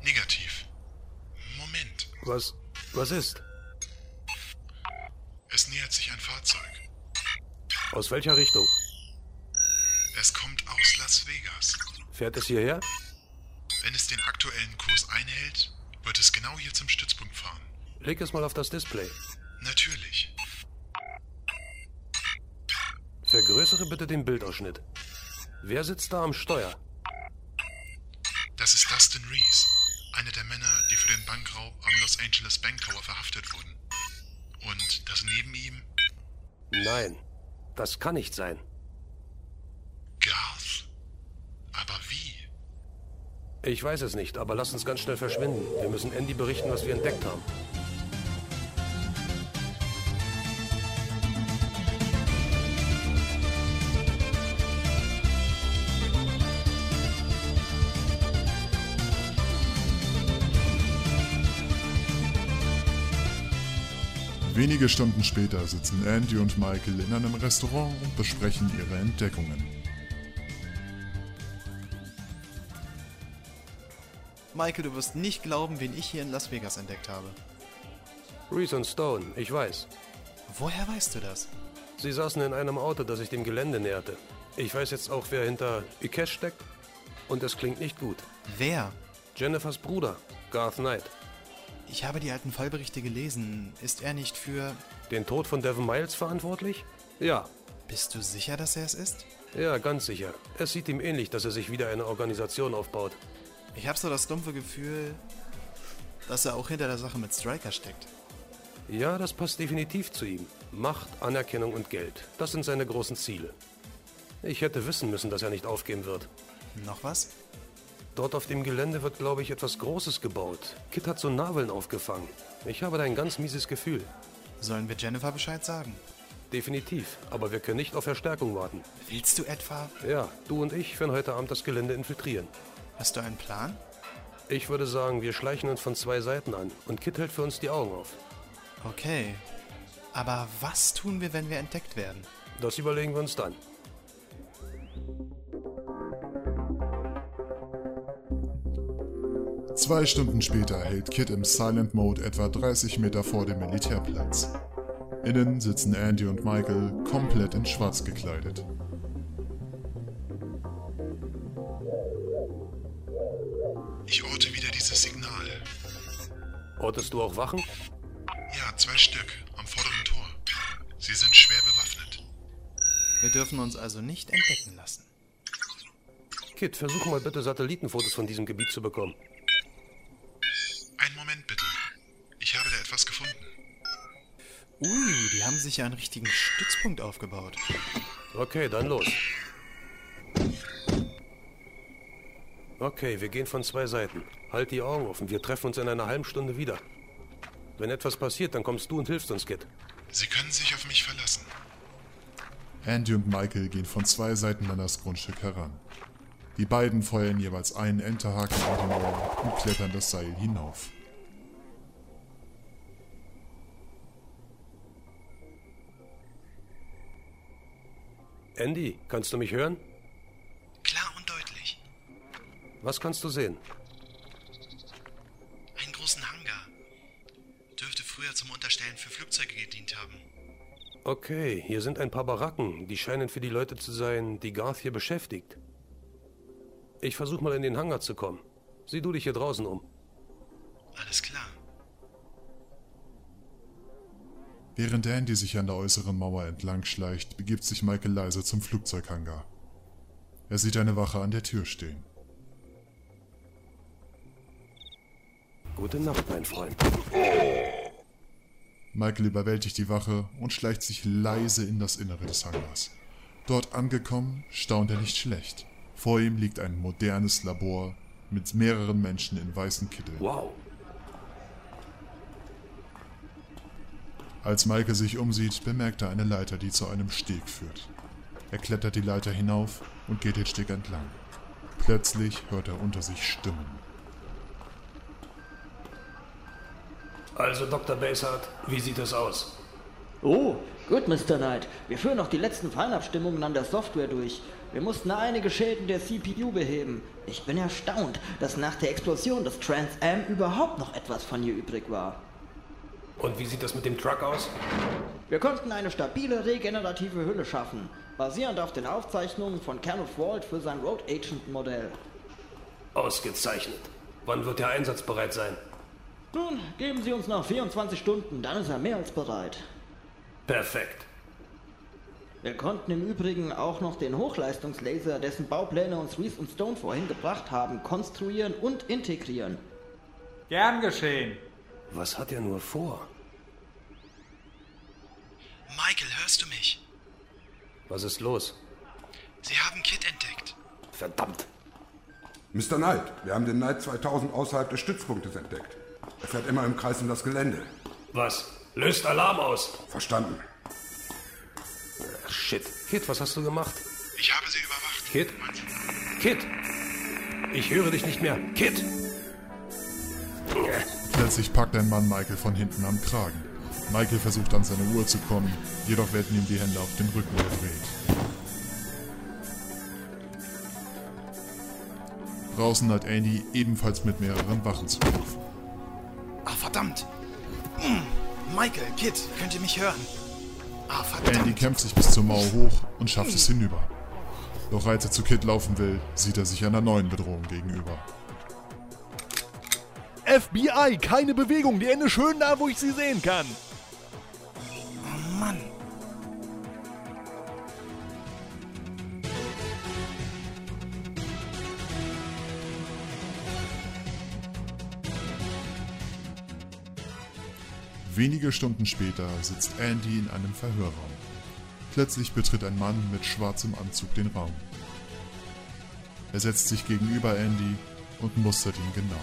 [SPEAKER 3] Negativ. Moment.
[SPEAKER 1] Was? Was ist?
[SPEAKER 3] Es nähert sich ein Fahrzeug.
[SPEAKER 1] Aus welcher Richtung?
[SPEAKER 3] Es kommt aus Las Vegas.
[SPEAKER 1] Fährt es hierher?
[SPEAKER 3] Wenn es den aktuellen Kurs einhält, wird es genau hier zum Stützpunkt fahren.
[SPEAKER 1] Leg es mal auf das Display.
[SPEAKER 3] Natürlich.
[SPEAKER 1] Vergrößere bitte den Bildausschnitt. Wer sitzt da am Steuer?
[SPEAKER 3] Das ist Dustin Reese, einer der Männer, die für den Bankraub am Los Angeles Bank Tower verhaftet wurden. Und das neben ihm?
[SPEAKER 1] Nein, das kann nicht sein.
[SPEAKER 3] Garth. Aber wie?
[SPEAKER 1] Ich weiß es nicht, aber lass uns ganz schnell verschwinden. Wir müssen Andy berichten, was wir entdeckt haben.
[SPEAKER 2] Wenige Stunden später sitzen Andy und Michael in einem Restaurant und besprechen ihre Entdeckungen.
[SPEAKER 4] Michael, du wirst nicht glauben, wen ich hier in Las Vegas entdeckt habe.
[SPEAKER 1] Reese und Stone, ich weiß.
[SPEAKER 4] Woher weißt du das?
[SPEAKER 1] Sie saßen in einem Auto, das sich dem Gelände näherte. Ich weiß jetzt auch, wer hinter Ikesh steckt. Und es klingt nicht gut.
[SPEAKER 4] Wer?
[SPEAKER 1] Jennifers Bruder, Garth Knight.
[SPEAKER 4] Ich habe die alten Fallberichte gelesen. Ist er nicht für...
[SPEAKER 1] Den Tod von Devon Miles verantwortlich? Ja.
[SPEAKER 4] Bist du sicher, dass er es ist?
[SPEAKER 1] Ja, ganz sicher. Es sieht ihm ähnlich, dass er sich wieder eine Organisation aufbaut.
[SPEAKER 4] Ich habe so das dumpfe Gefühl, dass er auch hinter der Sache mit Striker steckt.
[SPEAKER 1] Ja, das passt definitiv zu ihm. Macht, Anerkennung und Geld. Das sind seine großen Ziele. Ich hätte wissen müssen, dass er nicht aufgeben wird.
[SPEAKER 4] Noch was?
[SPEAKER 1] Dort auf dem Gelände wird, glaube ich, etwas Großes gebaut. Kit hat so Nadeln aufgefangen. Ich habe da ein ganz mieses Gefühl.
[SPEAKER 4] Sollen wir Jennifer Bescheid sagen?
[SPEAKER 1] Definitiv, aber wir können nicht auf Verstärkung warten.
[SPEAKER 4] Willst du etwa?
[SPEAKER 1] Ja, du und ich werden heute Abend das Gelände infiltrieren.
[SPEAKER 4] Hast du einen Plan?
[SPEAKER 1] Ich würde sagen, wir schleichen uns von zwei Seiten an und Kit hält für uns die Augen auf.
[SPEAKER 4] Okay. Aber was tun wir, wenn wir entdeckt werden?
[SPEAKER 1] Das überlegen wir uns dann.
[SPEAKER 2] Zwei Stunden später hält Kit im Silent Mode etwa 30 Meter vor dem Militärplatz. Innen sitzen Andy und Michael komplett in Schwarz gekleidet.
[SPEAKER 3] Ich orte wieder dieses Signal.
[SPEAKER 1] Ortest du auch Wachen?
[SPEAKER 3] Ja, zwei Stück, am vorderen Tor. Sie sind schwer bewaffnet.
[SPEAKER 4] Wir dürfen uns also nicht entdecken lassen.
[SPEAKER 1] Kit, versuch mal bitte Satellitenfotos von diesem Gebiet zu bekommen.
[SPEAKER 3] Einen Moment bitte. Ich habe da etwas gefunden.
[SPEAKER 4] Ui, die haben sich ja einen richtigen Stützpunkt aufgebaut.
[SPEAKER 1] Okay, dann los. Okay, wir gehen von zwei Seiten. Halt die Augen offen. Wir treffen uns in einer halben Stunde wieder. Wenn etwas passiert, dann kommst du und hilfst uns, Kit.
[SPEAKER 3] Sie können sich auf mich verlassen.
[SPEAKER 2] Andy und Michael gehen von zwei Seiten an das Grundstück heran. Die beiden feuern jeweils einen Enterhaken auf die Mauer und klettern das Seil hinauf.
[SPEAKER 1] Andy, kannst du mich hören?
[SPEAKER 13] Klar und deutlich.
[SPEAKER 1] Was kannst du sehen?
[SPEAKER 13] Einen großen Hangar. Dürfte früher zum Unterstellen für Flugzeuge gedient haben.
[SPEAKER 1] Okay, hier sind ein paar Baracken. Die scheinen für die Leute zu sein, die Garth hier beschäftigt. Ich versuche mal in den Hangar zu kommen. Sieh du dich hier draußen um.
[SPEAKER 13] Alles klar.
[SPEAKER 2] Während Andy sich an der äußeren Mauer entlang schleicht, begibt sich Michael leise zum Flugzeughangar. Er sieht eine Wache an der Tür stehen.
[SPEAKER 1] Gute Nacht, mein Freund.
[SPEAKER 2] Michael überwältigt die Wache und schleicht sich leise in das Innere des Hangars. Dort angekommen, staunt er nicht schlecht. Vor ihm liegt ein modernes Labor mit mehreren Menschen in weißen Kitteln.
[SPEAKER 1] Wow.
[SPEAKER 2] Als Michael sich umsieht, bemerkt er eine Leiter, die zu einem Steg führt. Er klettert die Leiter hinauf und geht den Steg entlang. Plötzlich hört er unter sich Stimmen.
[SPEAKER 1] Also, Dr. Basehart, wie sieht es aus?
[SPEAKER 14] Oh, gut, Mr. Knight. Wir führen noch die letzten Feinabstimmungen an der Software durch. Wir mussten einige Schäden der CPU beheben. Ich bin erstaunt, dass nach der Explosion des Trans-Am überhaupt noch etwas von ihr übrig war.
[SPEAKER 1] Und wie sieht das mit dem Truck aus?
[SPEAKER 14] Wir konnten eine stabile regenerative Hülle schaffen, basierend auf den Aufzeichnungen von Kenneth Walt für sein Road Agent Modell.
[SPEAKER 1] Ausgezeichnet. Wann wird er einsatzbereit sein?
[SPEAKER 14] Nun, geben Sie uns noch 24 Stunden, dann ist er mehr als bereit.
[SPEAKER 1] Perfekt.
[SPEAKER 14] Wir konnten im Übrigen auch noch den Hochleistungslaser, dessen Baupläne uns Reese und Stone vorhin gebracht haben, konstruieren und integrieren.
[SPEAKER 11] Gern geschehen.
[SPEAKER 1] Was hat er nur vor?
[SPEAKER 13] Michael, hörst du mich?
[SPEAKER 1] Was ist los?
[SPEAKER 13] Sie haben Kit entdeckt.
[SPEAKER 1] Verdammt!
[SPEAKER 15] Mr. Knight, wir haben den Knight 2000 außerhalb des Stützpunktes entdeckt. Er fährt immer im Kreis um das Gelände.
[SPEAKER 1] Was? Löst Alarm aus!
[SPEAKER 15] Verstanden.
[SPEAKER 1] Ach, shit. Kit, was hast du gemacht?
[SPEAKER 3] Ich habe sie überwacht.
[SPEAKER 1] Kit? Kit! Ich höre dich nicht mehr. Kit!
[SPEAKER 2] Plötzlich packt ein Mann Michael von hinten am Kragen. Michael versucht an seine Uhr zu kommen, jedoch werden ihm die Hände auf den Rücken gedreht. Draußen hat Andy ebenfalls mit mehreren Wachen zu kämpfen.
[SPEAKER 13] Ah, verdammt! Hm, Michael, Kit, könnt ihr mich hören? Ah, verdammt!
[SPEAKER 2] Andy kämpft sich bis zur Mauer hoch und schafft es hinüber. Doch als er zu Kit laufen will, sieht er sich einer neuen Bedrohung gegenüber.
[SPEAKER 16] FBI, keine Bewegung, die Hände schön da, wo ich sie sehen kann.
[SPEAKER 13] Oh Mann!
[SPEAKER 2] Wenige Stunden später sitzt Andy in einem Verhörraum. Plötzlich betritt ein Mann mit schwarzem Anzug den Raum. Er setzt sich gegenüber Andy und mustert ihn genau.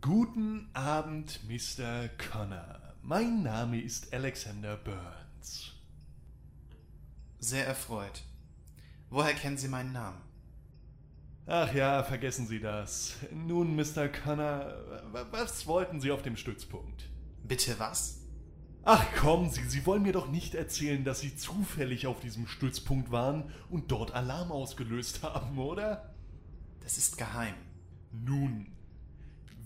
[SPEAKER 17] Guten Abend, Mr. Connor. Mein Name ist Alexander Burns.
[SPEAKER 4] Sehr erfreut. Woher kennen Sie meinen Namen?
[SPEAKER 17] Ach ja, vergessen Sie das. Nun, Mr. Connor, wa- was wollten Sie auf dem Stützpunkt?
[SPEAKER 4] Bitte was?
[SPEAKER 17] Ach kommen Sie, Sie wollen mir doch nicht erzählen, dass Sie zufällig auf diesem Stützpunkt waren und dort Alarm ausgelöst haben, oder?
[SPEAKER 4] Das ist geheim.
[SPEAKER 17] Nun,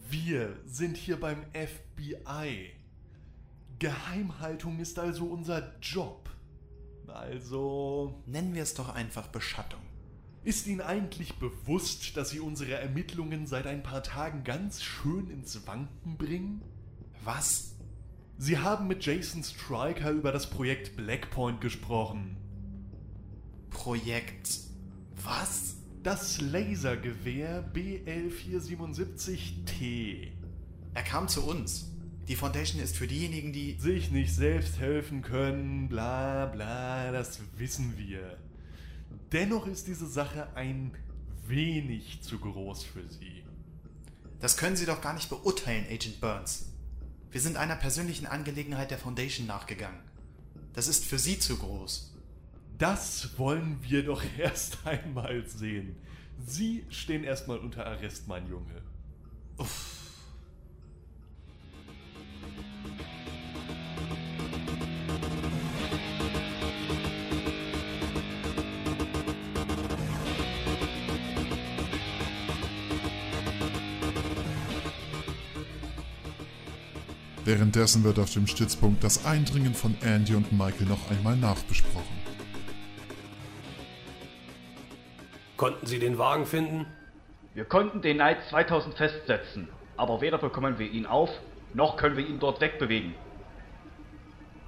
[SPEAKER 17] wir sind hier beim FBI. Geheimhaltung ist also unser Job. Also.
[SPEAKER 4] Nennen wir es doch einfach Beschattung.
[SPEAKER 17] Ist Ihnen eigentlich bewusst, dass Sie unsere Ermittlungen seit ein paar Tagen ganz schön ins Wanken bringen?
[SPEAKER 4] Was?
[SPEAKER 17] Sie haben mit Jason Stryker über das Projekt Blackpoint gesprochen.
[SPEAKER 4] Projekt. Was?
[SPEAKER 17] Das Lasergewehr BL477T.
[SPEAKER 4] Er kam zu uns. Die Foundation ist für diejenigen, die.
[SPEAKER 17] Sich nicht selbst helfen können, bla bla, das wissen wir. Dennoch ist diese Sache ein wenig zu groß für Sie.
[SPEAKER 4] Das können Sie doch gar nicht beurteilen, Agent Burns. Wir sind einer persönlichen Angelegenheit der Foundation nachgegangen. Das ist für Sie zu groß.
[SPEAKER 17] Das wollen wir doch erst einmal sehen. Sie stehen erstmal unter Arrest, mein Junge.
[SPEAKER 2] Währenddessen wird auf dem Stützpunkt das Eindringen von Andy und Michael noch einmal nachbesprochen.
[SPEAKER 1] Konnten Sie den Wagen finden?
[SPEAKER 18] Wir konnten den Knight 2000 festsetzen, aber weder bekommen wir ihn auf, noch können wir ihn dort wegbewegen.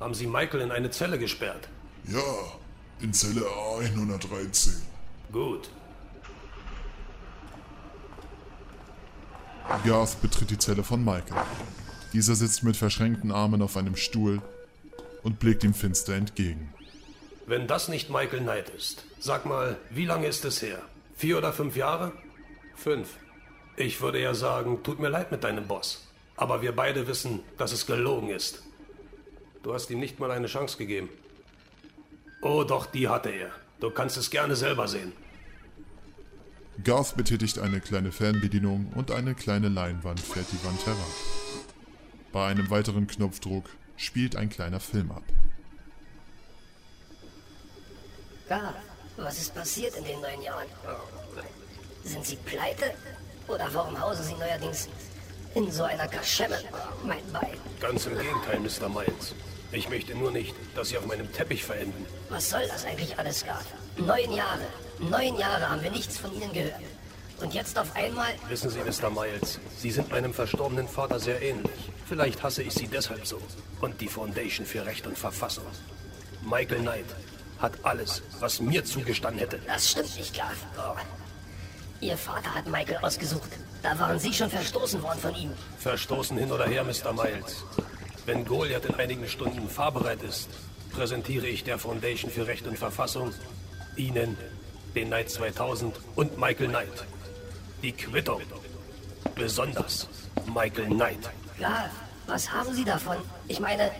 [SPEAKER 1] Haben Sie Michael in eine Zelle gesperrt?
[SPEAKER 2] Ja, in Zelle A113.
[SPEAKER 1] Gut.
[SPEAKER 2] Garth betritt die Zelle von Michael. Dieser sitzt mit verschränkten Armen auf einem Stuhl und blickt ihm finster entgegen.
[SPEAKER 1] Wenn das nicht Michael Knight ist, sag mal, wie lange ist es her? Vier oder fünf Jahre? Fünf. Ich würde ja sagen, tut mir leid mit deinem Boss. Aber wir beide wissen, dass es gelogen ist. Du hast ihm nicht mal eine Chance gegeben. Oh doch, die hatte er. Du kannst es gerne selber sehen.
[SPEAKER 2] Garth betätigt eine kleine Fernbedienung und eine kleine Leinwand fährt die Wand herab. Bei einem weiteren Knopfdruck spielt ein kleiner Film ab.
[SPEAKER 19] Gar, was ist passiert in den neun Jahren? Sind Sie pleite? Oder warum hausen Sie neuerdings in so einer Kaschemme? Mein Bein.
[SPEAKER 1] Ganz im Gegenteil, Mr. Miles. Ich möchte nur nicht, dass sie auf meinem Teppich verenden.
[SPEAKER 19] Was soll das eigentlich alles, Gar? Neun Jahre. Neun Jahre haben wir nichts von Ihnen gehört. Und jetzt auf einmal
[SPEAKER 1] Wissen Sie, Mr. Miles, Sie sind meinem verstorbenen Vater sehr ähnlich. Vielleicht hasse ich sie deshalb so. Und die Foundation für Recht und Verfassung. Michael Knight hat alles, was mir zugestanden hätte. Ah,
[SPEAKER 19] Das stimmt nicht, Graf. Oh. Ihr Vater hat Michael ausgesucht. Da waren Sie schon verstoßen worden von ihm.
[SPEAKER 1] Verstoßen hin oder her, Mr. Miles. Wenn Goliath in einigen Stunden fahrbereit ist, präsentiere ich der Foundation für Recht und Verfassung Ihnen, den Knight 2000 und Michael Knight. Die Quittung. Besonders Michael Knight.
[SPEAKER 19] Graf, was haben Sie davon? Ich meine,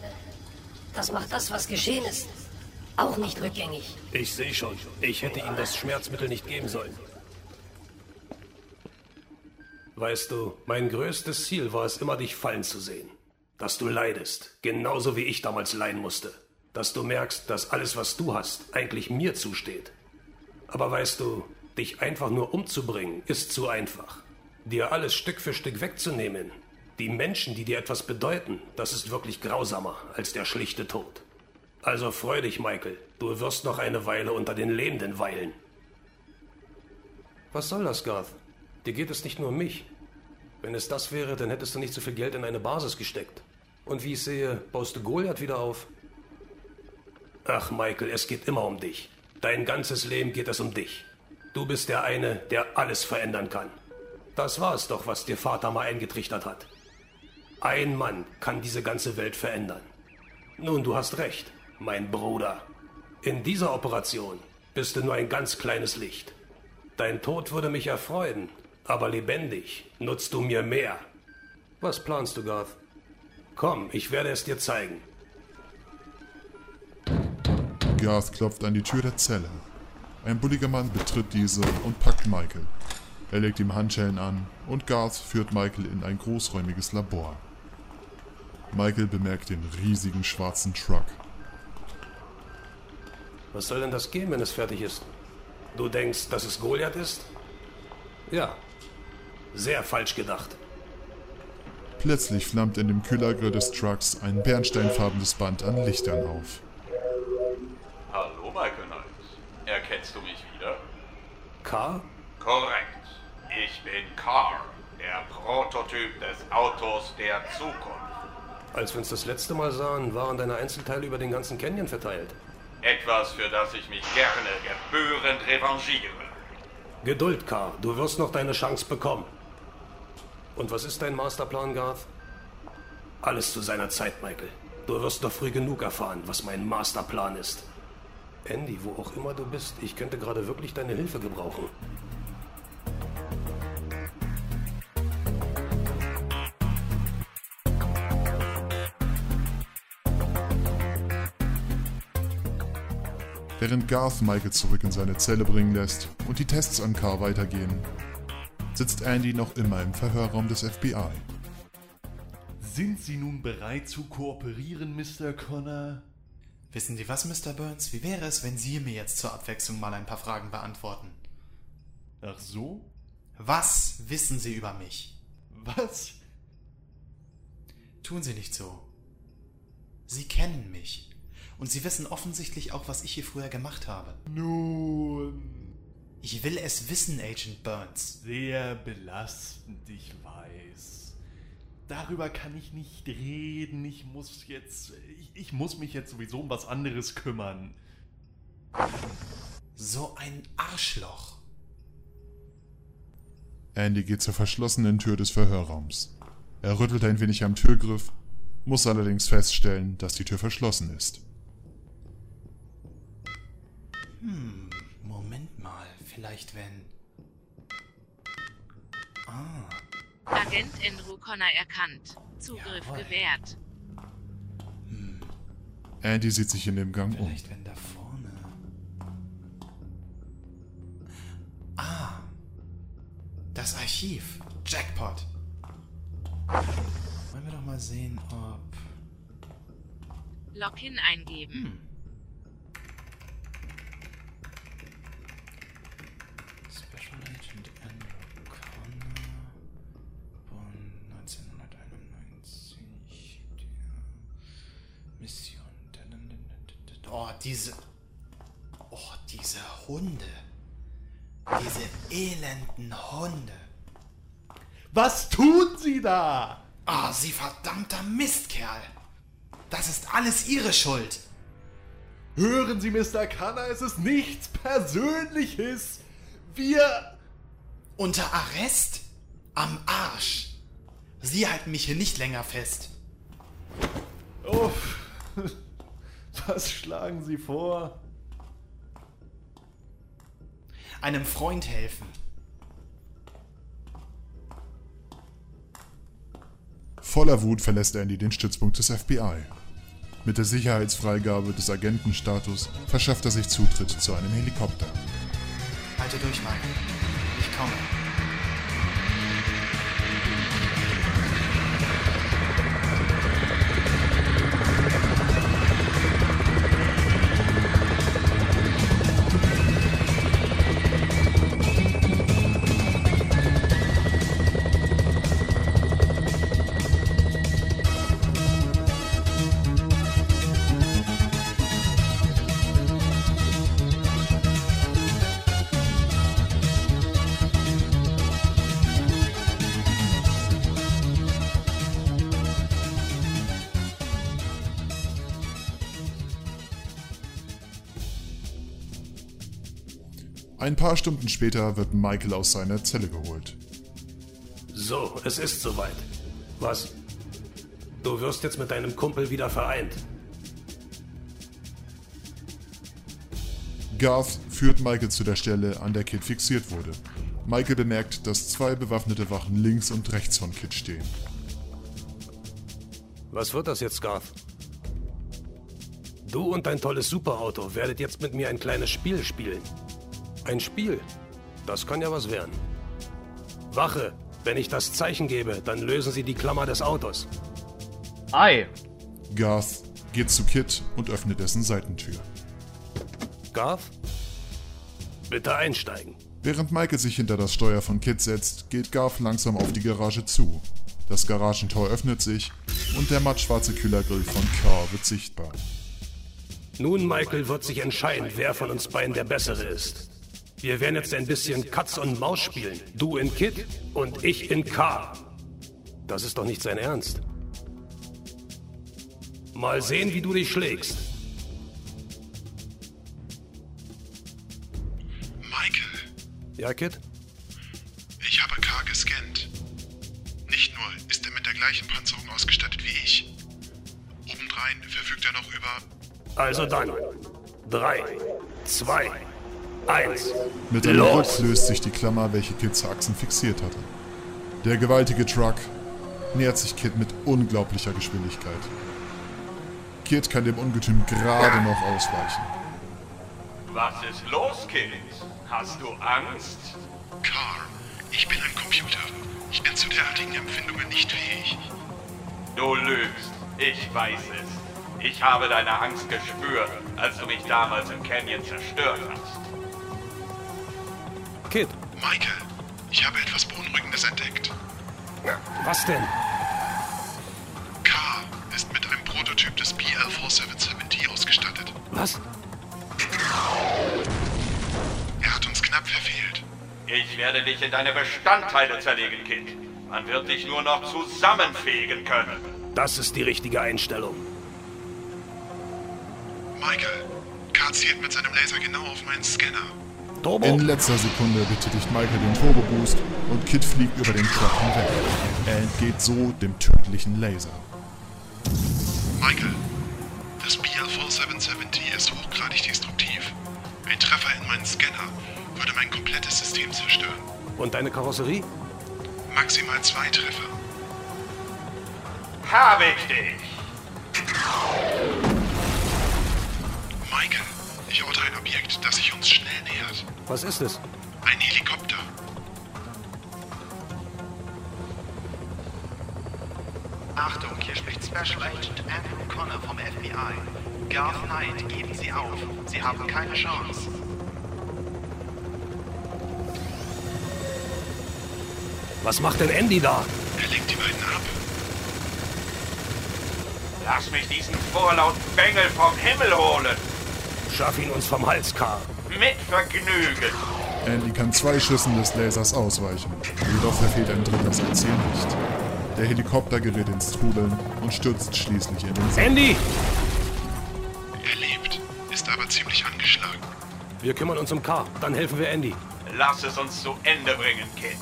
[SPEAKER 19] das macht das, was geschehen ist, auch nicht rückgängig.
[SPEAKER 1] Ich sehe schon, ich hätte ihm das Schmerzmittel nicht geben sollen. Weißt du, mein größtes Ziel war es immer, dich fallen zu sehen. Dass du leidest, genauso wie ich damals leiden musste. Dass du merkst, dass alles, was du hast, eigentlich mir zusteht. Aber weißt du, dich einfach nur umzubringen, ist zu einfach. Dir alles Stück für Stück wegzunehmen, die Menschen, die dir etwas bedeuten, das ist wirklich grausamer als der schlichte Tod. Also freu dich, Michael. Du wirst noch eine Weile unter den Lebenden weilen. Was soll das, Garth? Dir geht es nicht nur um mich. Wenn es das wäre, dann hättest du nicht so viel Geld in eine Basis gesteckt. Und wie ich sehe, baust du Goliath wieder auf. Ach, Michael, es geht immer um dich. Dein ganzes Leben geht es um dich. Du bist der eine, der alles verändern kann. Das war es doch, was dir Vater mal eingetrichtert hat. Ein Mann kann diese ganze Welt verändern. Nun, du hast recht, mein Bruder. In dieser Operation bist du nur ein ganz kleines Licht. Dein Tod würde mich erfreuen, aber lebendig nutzt du mir mehr. Was planst du, Garth? Komm, ich werde es dir zeigen.
[SPEAKER 2] Garth klopft an die Tür der Zelle. Ein bulliger Mann betritt diese und packt Michael. Er legt ihm Handschellen an und Garth führt Michael in ein großräumiges Labor. Michael bemerkt den riesigen schwarzen Truck.
[SPEAKER 1] Was soll denn das geben, wenn es fertig ist? Du denkst, dass es Goliath ist? Ja. Sehr falsch gedacht.
[SPEAKER 2] Plötzlich flammt in dem Kühlergrill des Trucks ein bernsteinfarbenes Band an Lichtern auf.
[SPEAKER 20] Hallo, Michael Knight. Erkennst du mich wieder?
[SPEAKER 1] K?
[SPEAKER 20] Korrekt. Ich bin Carr, der Prototyp des Autos der Zukunft.
[SPEAKER 1] Als wir uns das letzte Mal sahen, waren deine Einzelteile über den ganzen Canyon verteilt.
[SPEAKER 20] Etwas, für das ich mich gerne gebührend revanchiere.
[SPEAKER 1] Geduld, Carr. Du wirst noch deine Chance bekommen. Und was ist dein Masterplan, Garth? Alles zu seiner Zeit, Michael. Du wirst noch früh genug erfahren, was mein Masterplan ist. Andy, wo auch immer du bist, ich könnte gerade wirklich deine Hilfe gebrauchen.
[SPEAKER 2] Während Garth Michael zurück in seine Zelle bringen lässt und die Tests an Carr weitergehen, sitzt Andy noch immer im Verhörraum des FBI.
[SPEAKER 17] Sind Sie nun bereit zu kooperieren, Mr. Connor?
[SPEAKER 4] Wissen Sie was, Mr. Burns? Wie wäre es, wenn Sie mir jetzt zur Abwechslung mal ein paar Fragen beantworten?
[SPEAKER 17] Ach so?
[SPEAKER 4] Was wissen Sie über mich?
[SPEAKER 17] Was?
[SPEAKER 4] Tun Sie nicht so. Sie kennen mich. Und Sie wissen offensichtlich auch, was ich hier früher gemacht habe.
[SPEAKER 17] Nun,
[SPEAKER 4] Ich will es wissen, Agent Burns.
[SPEAKER 17] sehr belastend, ich weiß. Darüber kann ich nicht reden. Ich muss jetzt. Ich, ich muss mich jetzt sowieso um was anderes kümmern.
[SPEAKER 4] So ein Arschloch.
[SPEAKER 2] Andy geht zur verschlossenen Tür des Verhörraums. Er rüttelt ein wenig am Türgriff, muss allerdings feststellen, dass die Tür verschlossen ist.
[SPEAKER 4] Hm, Moment mal. Vielleicht wenn... Ah,
[SPEAKER 21] Agent Andrew Connor erkannt. Zugriff gewährt.
[SPEAKER 2] Andy sieht sich in dem Gang um.
[SPEAKER 4] vielleicht wenn da vorne... Ah. Das Archiv. Jackpot. Wollen wir doch mal sehen, ob...
[SPEAKER 21] Login eingeben.
[SPEAKER 4] Special Agent Andrew Connor von 1991 der Mission. Oh, diese. Oh, diese Hunde. Diese elenden Hunde.
[SPEAKER 17] Was tun Sie da?
[SPEAKER 4] Ah, Sie verdammter Mistkerl! Das ist alles Ihre Schuld!
[SPEAKER 17] Hören Sie, Mr. Kanner, es ist nichts Persönliches. Wir...
[SPEAKER 4] Unter Arrest? Am Arsch! Sie halten mich hier nicht länger fest.
[SPEAKER 17] Uff. Was schlagen Sie vor?
[SPEAKER 4] Einem Freund helfen.
[SPEAKER 2] Voller Wut verlässt Andy den Stützpunkt des FBI. Mit der Sicherheitsfreigabe des Agentenstatus verschafft er sich Zutritt zu einem Helikopter.
[SPEAKER 4] Halte durch, Mike. Ich komme.
[SPEAKER 2] Ein paar Stunden später wird Michael aus seiner Zelle geholt.
[SPEAKER 1] So, es ist soweit. Was? Du wirst jetzt mit deinem Kumpel wieder vereint.
[SPEAKER 2] Garth führt Michael zu der Stelle, an der Kid fixiert wurde. Michael bemerkt, dass zwei bewaffnete Wachen links und rechts von Kid stehen.
[SPEAKER 1] Was wird das jetzt, Garth? Du und dein tolles Superauto werdet jetzt mit mir ein kleines Spiel spielen. Ein Spiel? Das kann ja was werden. Wache! Wenn ich das Zeichen gebe, dann lösen Sie die Klammer des Autos.
[SPEAKER 18] Ei!
[SPEAKER 2] Garth geht zu Kid und öffnet dessen Seitentür.
[SPEAKER 1] Garth? Bitte einsteigen.
[SPEAKER 2] Während Michael sich hinter das Steuer von Kid setzt, geht Garth langsam auf die Garage zu. Das Garagentor öffnet sich und der mattschwarze Kühlergrill von Carr wird sichtbar.
[SPEAKER 1] Nun, Michael, wird sich entscheiden, wer von uns beiden der Bessere ist. Wir werden jetzt ein bisschen Katz und Maus spielen. Du in Kid und ich in K. Das ist doch nicht sein Ernst. Mal sehen, wie du dich schlägst.
[SPEAKER 3] Michael,
[SPEAKER 1] Ja, Kid?
[SPEAKER 3] ich habe K gescannt. Nicht nur ist er mit der gleichen Panzerung ausgestattet wie ich. Obendrein verfügt er noch über
[SPEAKER 1] Also dann. Drei, zwei, eins.
[SPEAKER 2] Mit einem
[SPEAKER 1] Los!
[SPEAKER 2] Ruck löst sich die Klammer, welche Kid zur Achsen fixiert hatte. Der gewaltige Truck nähert sich Kid mit unglaublicher Geschwindigkeit. Kid kann dem Ungetüm gerade noch ausweichen.
[SPEAKER 20] Was ist los, Kind? Hast du Angst?
[SPEAKER 3] Car. Ich bin ein Computer. Ich bin zu derartigen Empfindungen nicht fähig.
[SPEAKER 20] Du lügst. Ich weiß es. Ich habe deine Angst gespürt, als du mich damals im Canyon zerstört hast.
[SPEAKER 1] Kid,
[SPEAKER 3] Michael, ich habe etwas Beunruhigendes entdeckt.
[SPEAKER 1] was denn?
[SPEAKER 3] K ist mit einem Prototyp des BL-4770 ausgestattet.
[SPEAKER 1] Was?
[SPEAKER 3] Er hat uns knapp verfehlt.
[SPEAKER 20] Ich werde dich in deine Bestandteile zerlegen, Kind. Man wird dich nur noch zusammenfegen können.
[SPEAKER 1] Das ist die richtige Einstellung.
[SPEAKER 3] Michael, K zielt mit seinem Laser genau auf meinen Scanner.
[SPEAKER 2] In letzter Sekunde betätigt Michael den Turboboost und Kid fliegt über den Truck hinweg. Er entgeht so dem tödlichen Laser.
[SPEAKER 3] Michael, das BL-4770 ist hochgradig destruktiv. Ein Treffer in meinen Scanner würde mein komplettes System zerstören.
[SPEAKER 1] Und deine Karosserie?
[SPEAKER 3] Maximal zwei Treffer.
[SPEAKER 20] Hab ich dich!
[SPEAKER 3] Michael, ich orte ein Objekt, das sich uns schnell nähert.
[SPEAKER 1] Was ist es?
[SPEAKER 3] Ein Helikopter.
[SPEAKER 5] Achtung, hier spricht Special Agent Andrew Connor vom FBI. Garth Knight, geben Sie auf. Sie haben keine Chance.
[SPEAKER 1] Was macht denn Andy da?
[SPEAKER 3] Er lenkt die beiden ab.
[SPEAKER 20] Lass mich diesen vorlauten Bengel vom Himmel holen.
[SPEAKER 1] Schaff ihn uns vom Hals, Karl.
[SPEAKER 20] Mit Vergnügen.
[SPEAKER 2] Andy kann zwei Schüssen des Lasers ausweichen, jedoch verfehlt ein dritter sein Ziel nicht. Der Helikopter gerät ins Trudeln und stürzt schließlich in den See.
[SPEAKER 1] Andy!
[SPEAKER 3] Er lebt, ist aber ziemlich angeschlagen.
[SPEAKER 1] Wir kümmern uns um K. Dann helfen wir Andy.
[SPEAKER 20] Lass es uns zu Ende bringen, Kind.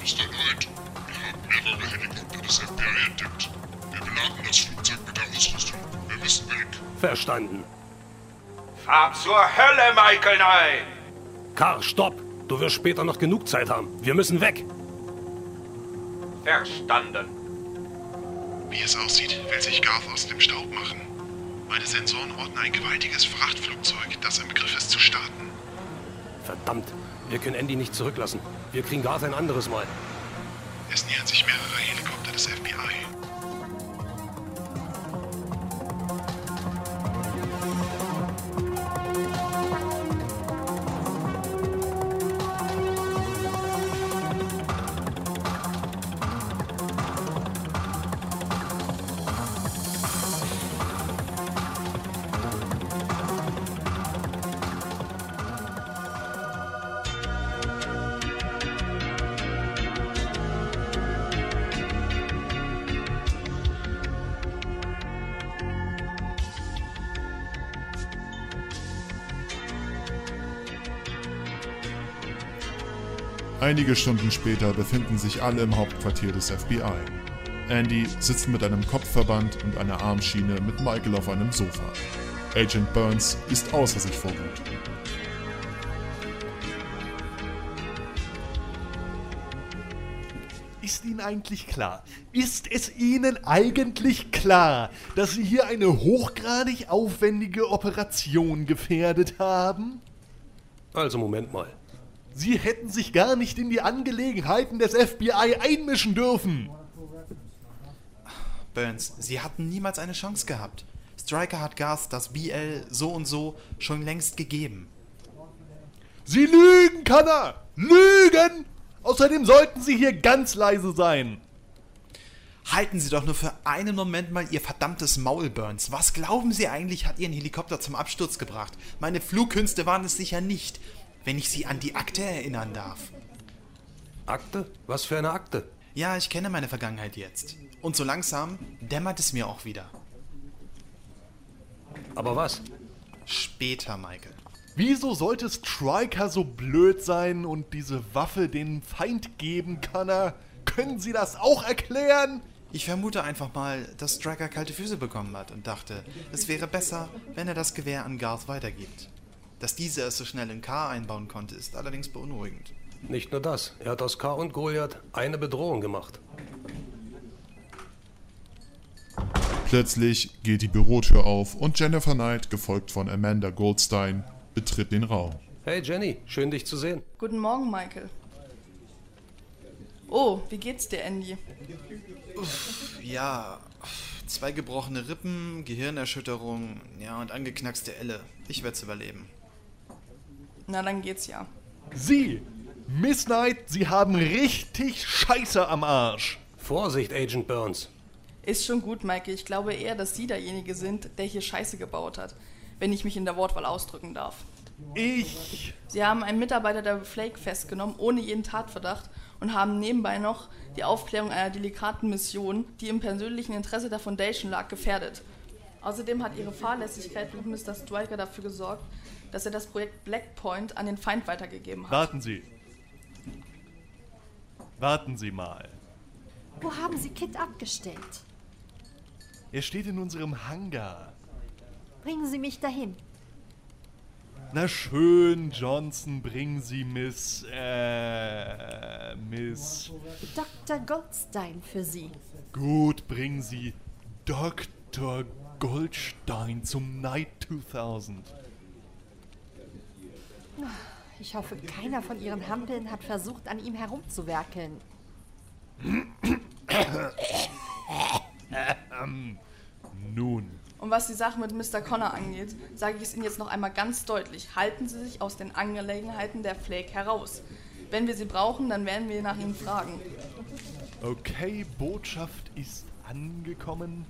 [SPEAKER 3] Mr. Knight, wir haben mehrere Helikopter des FBI entdeckt. Wir beladen das Flugzeug mit der Ausrüstung. Wir müssen weg.
[SPEAKER 1] Verstanden.
[SPEAKER 20] Fahr zur Hölle, Michael Knight!
[SPEAKER 1] K, stopp! Du wirst später noch genug Zeit haben. Wir müssen weg!
[SPEAKER 20] Verstanden.
[SPEAKER 3] Wie es aussieht, will sich Garth aus dem Staub machen. Meine Sensoren orten ein gewaltiges Frachtflugzeug, das im Begriff ist zu starten.
[SPEAKER 1] Verdammt, wir können Andy nicht zurücklassen. Wir kriegen Garth ein anderes Mal.
[SPEAKER 3] Es nähern sich mehrere Helikopter des FBI.
[SPEAKER 2] Einige Stunden später befinden sich alle im Hauptquartier des FBI. Andy sitzt mit einem Kopfverband und einer Armschiene mit Michael auf einem Sofa. Agent Burns ist außer sich vor Wut.
[SPEAKER 17] Ist Ihnen eigentlich klar? Ist es Ihnen eigentlich klar, dass Sie hier eine hochgradig aufwendige Operation gefährdet haben?
[SPEAKER 1] Also Moment mal.
[SPEAKER 17] Sie hätten sich gar nicht in die Angelegenheiten des FBI einmischen dürfen.
[SPEAKER 4] Burns, Sie hatten niemals eine Chance gehabt. Striker hat Gas das BL so und so schon längst gegeben.
[SPEAKER 17] Sie lügen, Kanner! Lügen! Außerdem sollten Sie hier ganz leise sein.
[SPEAKER 4] Halten Sie doch nur für einen Moment mal Ihr verdammtes Maul, Burns. Was glauben Sie eigentlich, hat Ihren Helikopter zum Absturz gebracht? Meine Flugkünste waren es sicher nicht, wenn ich Sie an die Akte erinnern darf.
[SPEAKER 1] Akte? Was für eine Akte?
[SPEAKER 4] Ja, ich kenne meine Vergangenheit jetzt. Und so langsam dämmert es mir auch wieder.
[SPEAKER 1] Aber was?
[SPEAKER 4] Später, Michael.
[SPEAKER 17] Wieso sollte Striker so blöd sein und diese Waffe den Feind geben, Kanner? Können Sie das auch erklären?
[SPEAKER 4] Ich vermute einfach mal, dass Striker kalte Füße bekommen hat und dachte, es wäre besser, wenn er das Gewehr an Garth weitergibt. Dass dieser es so schnell in K einbauen konnte, ist allerdings beunruhigend.
[SPEAKER 1] Nicht nur das. Er hat aus K und Goliath eine Bedrohung gemacht.
[SPEAKER 2] Plötzlich geht die Bürotür auf und Jennifer Knight, gefolgt von Amanda Goldstein, betritt den Raum.
[SPEAKER 1] Hey Jenny, schön dich zu sehen.
[SPEAKER 6] Guten Morgen, Michael. Oh, wie geht's dir, Andy?
[SPEAKER 4] Uff, ja. Uff, Zwei gebrochene Rippen, Gehirnerschütterung, ja, und angeknackste Elle. Ich werd's überleben.
[SPEAKER 6] Na, dann geht's ja.
[SPEAKER 17] Sie, Miss Knight, Sie haben richtig Scheiße am Arsch.
[SPEAKER 1] Vorsicht, Agent Burns.
[SPEAKER 6] Ist schon gut, Michael. Ich glaube eher, dass Sie derjenige sind, der hier Scheiße gebaut hat, wenn ich mich in der Wortwahl ausdrücken darf.
[SPEAKER 17] Ich.
[SPEAKER 6] Sie haben einen Mitarbeiter der Flake festgenommen, ohne jeden Tatverdacht, und haben nebenbei noch die Aufklärung einer delikaten Mission, die im persönlichen Interesse der Foundation lag, gefährdet. Außerdem hat ihre Fahrlässigkeit mit Mr. Striker dafür gesorgt, dass er das Projekt Blackpoint an den Feind weitergegeben hat.
[SPEAKER 17] Warten Sie. Warten Sie mal.
[SPEAKER 22] Wo haben Sie Kit abgestellt?
[SPEAKER 17] Er steht in unserem Hangar.
[SPEAKER 22] Bringen Sie mich dahin.
[SPEAKER 17] Na schön, Johnson, bringen Sie Miss. Äh. Miss.
[SPEAKER 22] Dr. Goldstein für Sie.
[SPEAKER 17] Gut, bringen Sie Dr. Goldstein zum Night 2000.
[SPEAKER 22] Ich hoffe, keiner von Ihren Hampeln hat versucht, an ihm herumzuwerkeln.
[SPEAKER 17] Ähm, nun.
[SPEAKER 6] Und was die Sache mit Mr. Connor angeht, sage ich es Ihnen jetzt noch einmal ganz deutlich. Halten Sie sich aus den Angelegenheiten der Flake heraus. Wenn wir sie brauchen, dann werden wir nach Ihnen fragen.
[SPEAKER 17] Okay, Botschaft ist angekommen.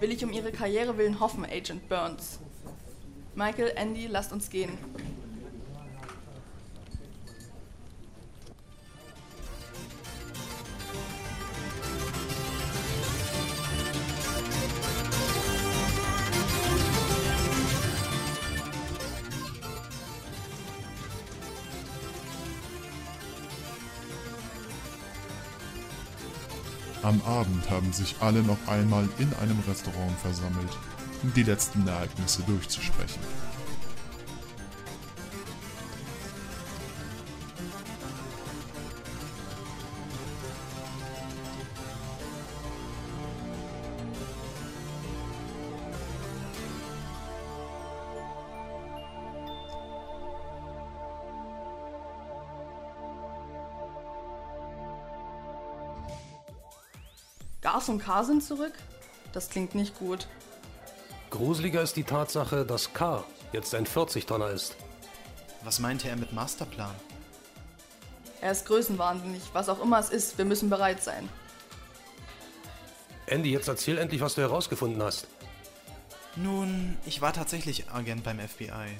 [SPEAKER 6] Will ich um Ihre Karriere willen hoffen, Agent Burns. Michael, Andy, lasst uns gehen.
[SPEAKER 2] Am Abend haben sich alle noch einmal in einem Restaurant versammelt, um die letzten Ereignisse durchzusprechen.
[SPEAKER 6] Gas und K sind zurück? Das klingt nicht gut.
[SPEAKER 1] Gruseliger ist die Tatsache, dass K jetzt ein 40-Tonner ist.
[SPEAKER 4] Was meinte er mit Masterplan?
[SPEAKER 6] Er ist größenwahnsinnig, was auch immer es ist, wir müssen bereit sein.
[SPEAKER 1] Andy, jetzt erzähl endlich, was du herausgefunden hast.
[SPEAKER 4] Nun, ich war tatsächlich Agent beim FBI.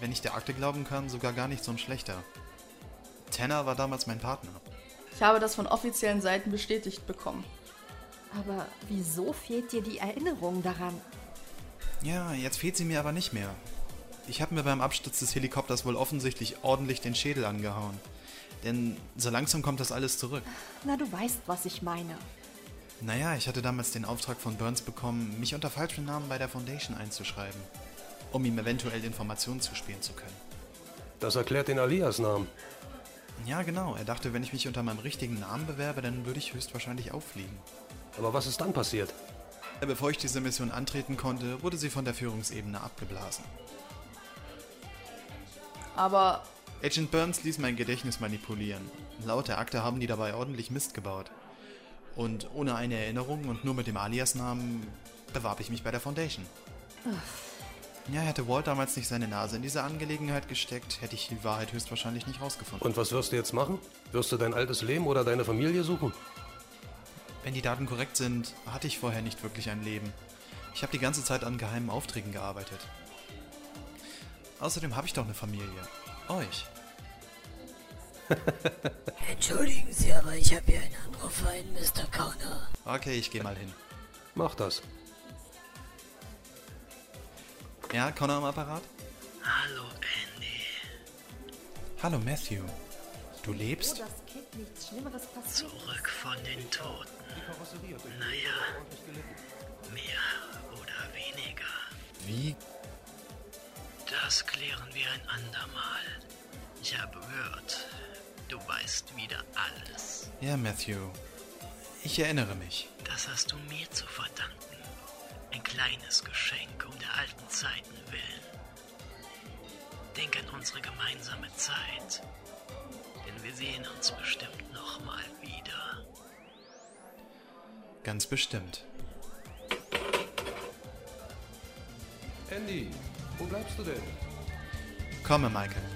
[SPEAKER 4] Wenn ich der Akte glauben kann, sogar gar nicht so ein schlechter. Tanner war damals mein Partner.
[SPEAKER 6] Ich habe das von offiziellen Seiten bestätigt bekommen.
[SPEAKER 22] Aber wieso fehlt dir die Erinnerung daran?
[SPEAKER 4] Ja, jetzt fehlt sie mir aber nicht mehr. Ich habe mir beim Absturz des Helikopters wohl offensichtlich ordentlich den Schädel angehauen. Denn so langsam kommt das alles zurück.
[SPEAKER 22] Na, du weißt, was ich meine.
[SPEAKER 4] Naja, ich hatte damals den Auftrag von Burns bekommen, mich unter falschem Namen bei der Foundation einzuschreiben, um ihm eventuell Informationen zuspielen zu können.
[SPEAKER 1] Das erklärt den Alias-Namen.
[SPEAKER 4] Ja, genau. Er dachte, wenn ich mich unter meinem richtigen Namen bewerbe, dann würde ich höchstwahrscheinlich auffliegen.
[SPEAKER 1] Aber was ist dann passiert?
[SPEAKER 4] Bevor ich diese Mission antreten konnte, wurde sie von der Führungsebene abgeblasen.
[SPEAKER 6] Aber
[SPEAKER 4] Agent Burns ließ mein Gedächtnis manipulieren. Laut der Akte haben die dabei ordentlich Mist gebaut. Und ohne eine Erinnerung und nur mit dem Aliasnamen bewarb ich mich bei der Foundation. Ja, hätte Walt damals nicht seine Nase in diese Angelegenheit gesteckt, hätte ich die Wahrheit höchstwahrscheinlich nicht rausgefunden.
[SPEAKER 1] Und was wirst du jetzt machen? Wirst du dein altes Leben oder deine Familie suchen?
[SPEAKER 4] Wenn die Daten korrekt sind, hatte ich vorher nicht wirklich ein Leben. Ich habe die ganze Zeit an geheimen Aufträgen gearbeitet. Außerdem habe ich doch eine Familie. Euch.
[SPEAKER 19] Entschuldigen Sie, aber ich habe hier einen Anruf rein, Mr. Corner.
[SPEAKER 4] Okay, ich gehe mal hin.
[SPEAKER 1] Mach das.
[SPEAKER 4] Ja, Connor am Apparat?
[SPEAKER 5] Hallo, Andy.
[SPEAKER 4] Hallo, Matthew. Du
[SPEAKER 22] Froh,
[SPEAKER 4] lebst?
[SPEAKER 22] dass Kit nichts Schlimmeres passiert.
[SPEAKER 5] Zurück von den Toten. Naja, mehr oder weniger.
[SPEAKER 4] Wie?
[SPEAKER 5] Das klären wir ein andermal. Ich habe gehört, du weißt wieder alles.
[SPEAKER 4] Ja, Matthew. Ich erinnere mich.
[SPEAKER 5] Das hast du mir zu verdanken. Ein kleines Geschenk um der alten Zeiten willen. Denk an unsere gemeinsame Zeit. Denn wir sehen uns bestimmt nochmal wieder.
[SPEAKER 4] Ganz bestimmt.
[SPEAKER 1] Andy, wo bleibst du denn?
[SPEAKER 4] Komme, Michael.